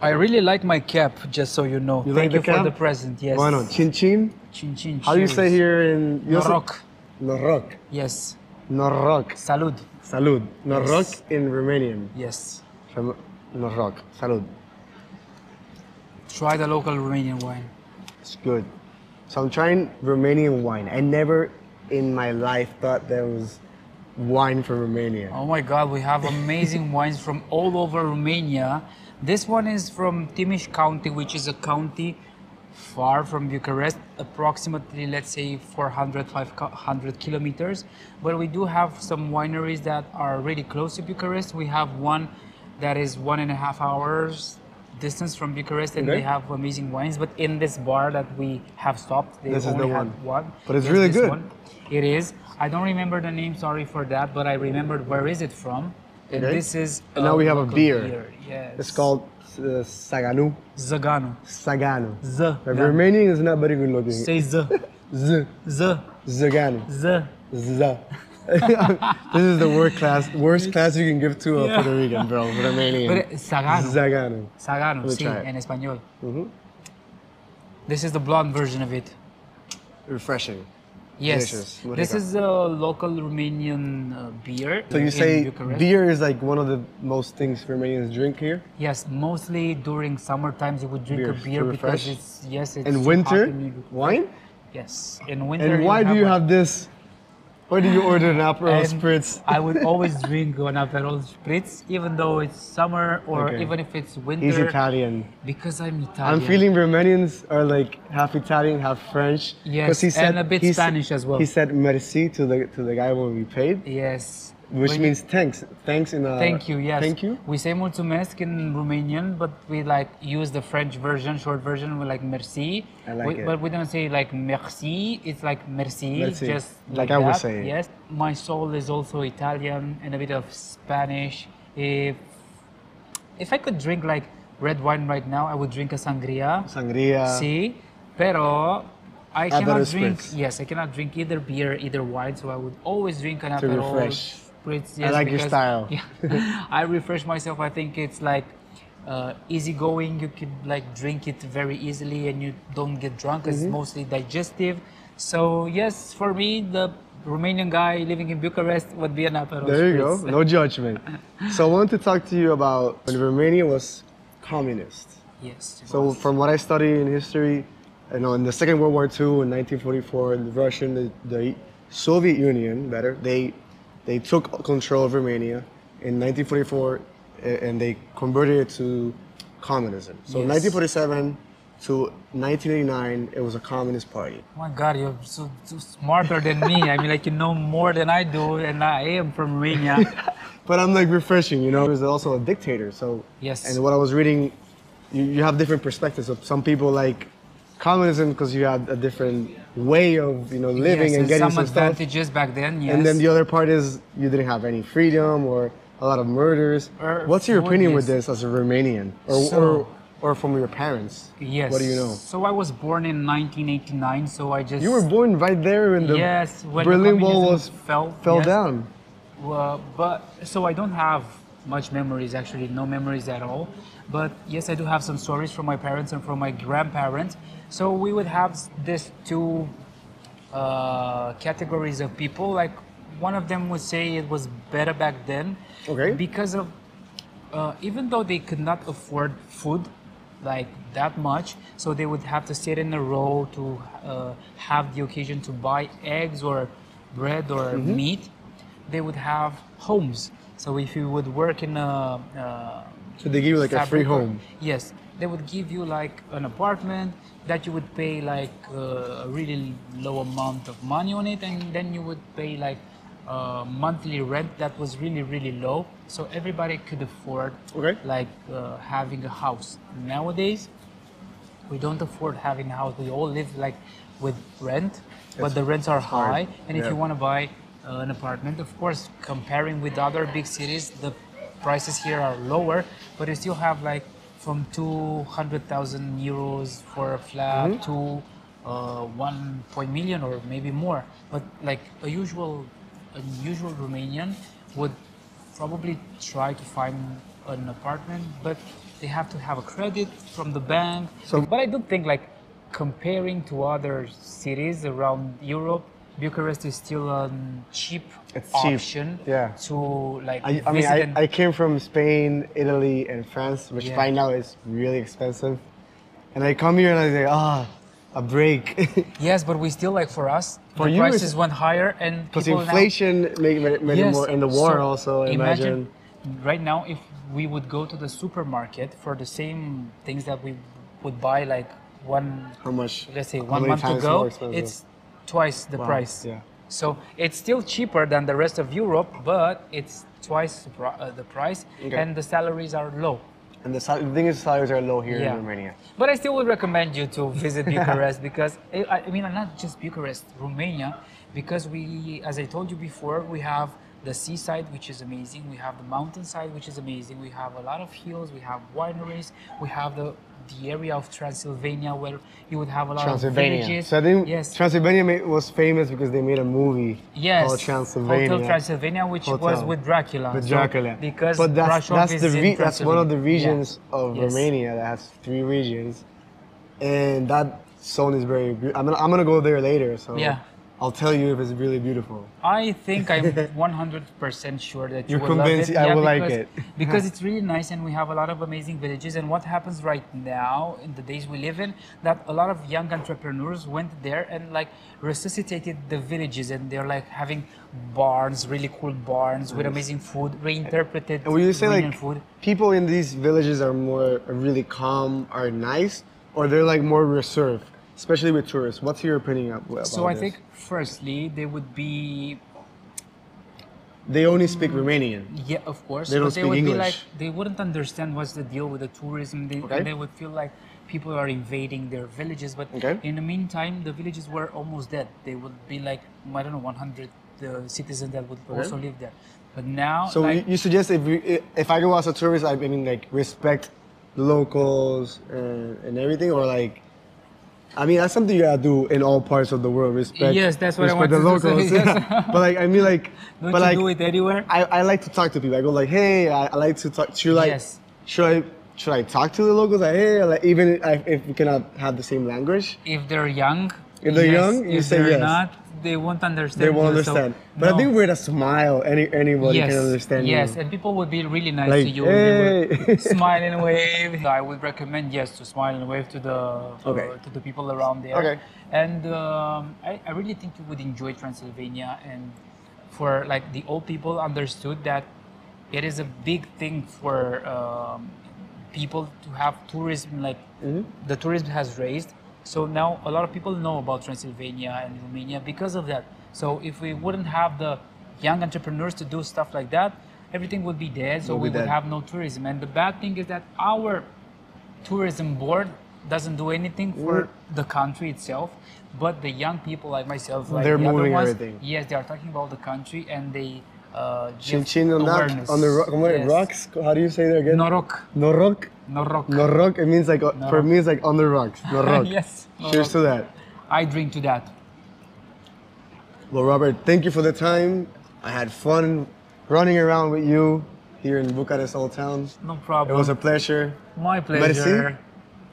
I really like my cap, just so you know. You like Thank the you for cap? the present, yes. Bueno, chin chin. Chin chin. How do you cheers. say here in you also- Norok. Norok. Yes. Norok. Salud. Salud. Norok in Romanian. Yes. Sal- Norok. Salud. Try the local Romanian wine. It's good. So I'm trying Romanian wine. I never in my life thought there was wine from Romania. Oh my God, we have amazing wines from all over Romania. This one is from Timiș County, which is a county far from Bucharest, approximately, let's say, 400, 500 kilometers. But we do have some wineries that are really close to Bucharest. We have one that is one and a half hours distance from Bucharest, and Okay. they have amazing wines. But in this bar that we have stopped, they This is the only had one. one. But it's really this good. one. It is. I don't remember the name. Sorry for that. But I remembered where is it from. And Okay. this is. And now we have a local beer. Yes. It's called uh, Saganu. Zagano. Saganu. Z. The Romanian is not very good looking. Say Z. Z. Z. Zaganu. Z. Z. this is the worst class, worst class you can give to a Yeah. Puerto Rican, bro. Romanian. But it- Zagano. Zagano. Sagano. Let me Sí, try it. in español. Mhm. This is the blonde version of it. Refreshing. Yes. Delicious. This Rica. is a local Romanian uh, beer. So you in say Bucharest. beer is like one of the most things Romanians drink here, Yes, mostly during summer times you would drink Beer a beer to because refresh. it's yes it's and hot winter and you- wine. Yes, in winter. And why do you one. have this? Why do you order an Aperol And spritz? I would always drink one Aperol Spritz, even though it's summer or Okay. even if it's winter. He's Italian. Because I'm Italian. I'm feeling Romanians are like half Italian, half French. 'Cause Yes, and a bit he s- Spanish as well. He said merci to the to the guy when we paid, Yes. which When- means thanks. Thanks in a Thank you. Yes. Uh, Thank you. We say mulțumesc in Romanian, but we like use the French version, short version. We like merci. I like we, it. But we don't say like merci. It's like merci, Merci, just like like, I would that. say it. Yes. My soul is also Italian and a bit of Spanish. If if I could drink like red wine right now, I would drink a sangria. Sangria. See, pero I Aperol cannot drink. spritz. Yes, I cannot drink either beer, either wine. So I would always drink an To Aperol refresh. spritz. I like your because- style. Yeah, I refresh myself. I think it's like uh, easygoing. You can like drink it very easily, and you don't get drunk. It's Mm-hmm. mostly digestive. So yes, for me, the Romanian guy living in Bucharest would be an Aperol There you go. spritz. No judgment. so I wanted to talk to you about when Romania was communist. Yes. it So was. from what I study in history, you know, in the Second World War II in 1944, the Russian, the, the Soviet Union, better, they they took control of Romania in 1944, a- and they converted it to communism. So Yes. 1947 to 1989, it was a communist party. Oh my God, you're so, so smarter than me. I mean, like you know more than I do, and I am from Romania. But I'm like refreshing, you know. There's also a dictator, so Yes. And what I was reading, you, you have different perspectives. Of some people like communism because you had a different way of you know living Yes, and getting some, some stuff. advantages back then. Yes. And then the other part is you didn't have any freedom or a lot of murders. Or What's your food, opinion with yes. this as a Romanian or So- or, or from your parents? yes. What do you know? So I was born in 1989. So I just You were born right there when the yes when Berlin the Wall was communism fell fell yes. down. Well, but so I don't have much memories actually, no memories at all. But yes, I do have some stories from my parents and from my grandparents. So we would have s- these two uh, categories of people. Like one of them would say it was better back then, Okay. because of uh, even though they could not afford food like that much, so they would have to sit in a row to uh, have the occasion to buy eggs or bread or Mm-hmm. meat. They would have homes. So if you would work in a uh, So they give you like a free fabric or- home. Yes, they would give you like an apartment that you would pay like uh, a really low amount of money on it, and then you would pay like uh, monthly rent that was really really low, so everybody could afford Okay. like uh, having a house. Nowadays, we don't afford having a house. We all live like with rent, but the rents are hard. high, and if Yeah. you want to buy uh, an apartment, of course, comparing with other big cities, the prices here are lower, but you still have like from 200,000 euros for a flat Mm-hmm. to uh, 1 point million or maybe more. But like a usual, a usual Romanian would probably try to find an apartment, but They have to have a credit from the bank. So- but I do think like comparing to other cities around Europe, Bucharest is still a cheap It's cheap, option yeah. to like I, I mean, visit I, and I came from Spain, Italy, and France, which Yeah. right now is really expensive. And I come here and I say, ah, a break. Yes, but we still like for us For the you, it's- prices went higher and Because people inflation made made, now, made it more, and the war so also, I imagine. Right now, if we would go to the supermarket for the same things that we would buy like one, How much? let's say how one many month times ago, more expensive? it's twice the Wow, price. yeah. So it's still cheaper than the rest of Europe, but it's twice the pri- uh, the price, Okay. and the salaries are low. And the, sal- the thing is, salaries are low here Yeah. in Romania. But I still would recommend you to visit Bucharest because I, I mean not just Bucharest, Romania, because we, as I told you before, we have the seaside which is amazing, we have the mountainside which is amazing, we have a lot of hills, we have wineries, we have the the area of Transylvania where you would have a lot Transylvania. of Uh, villages. So I think yes, Transylvania ma- was famous because they made a movie yes, called Transylvania. Hotel Transylvania, which was Hotel. with Dracula. With So Dracula. because but that's, Brasov that's, is the in re- that's one of the Transylvania. Yeah. regions of Yes. Romania that has three regions, and that zone is very. Be- I'm gonna I'm gonna go there later, so Yeah. I'll tell you if it's really beautiful. I think I'm 100% sure that you You're will love convinced it. I will like because, it. because it's really nice and we have a lot of amazing villages. And what happens right now in the days we live in, that a lot of young entrepreneurs went there and like resuscitated the villages, and they're like having barns, really cool barns with amazing food, reinterpreted And would you say Romanian like food. people in these villages are more are really calm, are nice, or they're like more reserved, especially with tourists? What's your opinion ab- about So I this? think firstly they would be they only speak Romanian. Yeah, of course. They don't but they speak would be English. like they wouldn't understand what's the deal with the tourism. They, Okay. and they would feel like people are invading their villages. But Okay. in the meantime, the villages were almost dead. They would be like I don't know 100 uh, citizens that would also live there. But now, So like, you, you suggest if you, if I go as a tourist, I mean like respect the locals and, and everything, or like. I mean, that's something you gotta do in all parts of the world. Respect. Yes, that's what I wanted respect the to locals. say, yes. but like, I mean, like, don't but you like, do it anywhere? I, I like to talk to people. I go like, hey, I, I like to talk. Should I, Yes. should I, should I talk to the locals? Like, hey, like, even I- if we cannot have the same language, if they're young, If they're yes. young, you if say they're yes. not, they won't understand. they won't you, so understand. But I no. think with a smile, any anybody yes, can understand. Yes, you. and people would be really nice Like, to you. and They "Hey." would smile and wave. I would recommend yes to smile and wave to the Okay. to the people around there. Okay. And um, I, I really think you would enjoy Transylvania and for like the old people understood that it is a big thing for um, people to have tourism like Mm-hmm. the tourism has raised so now a lot of people know about transylvania and romania because of that so if we wouldn't have the young entrepreneurs to do stuff like that everything would be dead so Would be we would dead. have no tourism and the bad thing is that our tourism board doesn't do anything for the country itself but the young people like myself like They're the other moving ones, everything. Yes, they are talking about the country and they uh, Chin give chin on that awareness. on the rock, on the Yes. rocks. How do you say that again? Norok, No rock. norok. No rock. It means like uh, for me, it's like on the rocks. No rock. yes. norok. Cheers to that. I drink to that. Well, Robert, thank you for the time. I had fun running around with you here in Bucharest Old Town. No It problem. was a pleasure. My pleasure.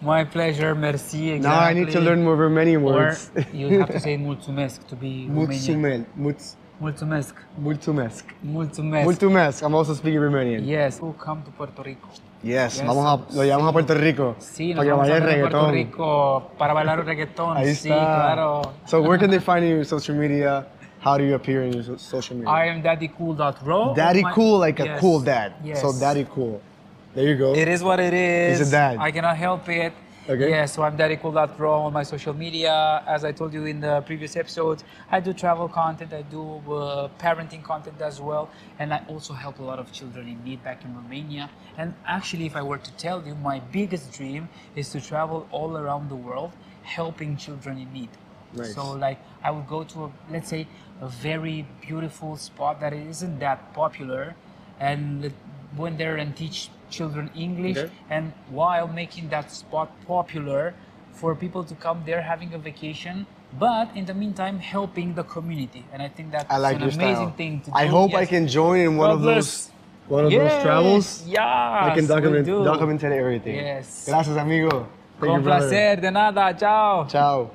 My pleasure. Merci. Exactly. Now I need to learn more Romanian Or words. you have to say mulțumesc to be Romanian. Mulțumesc. Mulț- Mulțumesc. Mulțumesc. Mulțumesc. Mulțumesc. I'm also speaking Romanian. Yes. Who come to Puerto Rico? Yes, Yes. vamos a, lo llevamos a Puerto Rico. Sí, para nos que vamos vaya a el ver a Puerto reggaetón. Rico para bailar reggaetón. Ahí sí, está. claro. So where can they find you on social media? How do you appear in your so- social media? I am daddycool.ro. Daddy Oh My- cool, like a Yes, cool dad. Yes. So daddy cool. There you go. It is what it is. He's a dad. I cannot help it. Okay. Yeah, so I'm daddycool.pro on my social media. As I told you in the previous episodes, I do travel content, I do uh, parenting content as well, and I also help a lot of children in need back in Romania. And actually, if I were to tell you, my biggest dream is to travel all around the world helping children in need. Nice. So like I would go to a let's say a very beautiful spot that isn't that popular and let- went there and teach children English Okay. and while making that spot popular for people to come there having a vacation but in the meantime helping the community and I think that's I like an your amazing style. thing to do. I hope I Yes. can join in one God of bless. those one of those travels, Yes, I can yes, document we do. documentate everything. Yes. Gracias, amigo. Thank you, Con brother. placer, de nada, ciao. Ciao.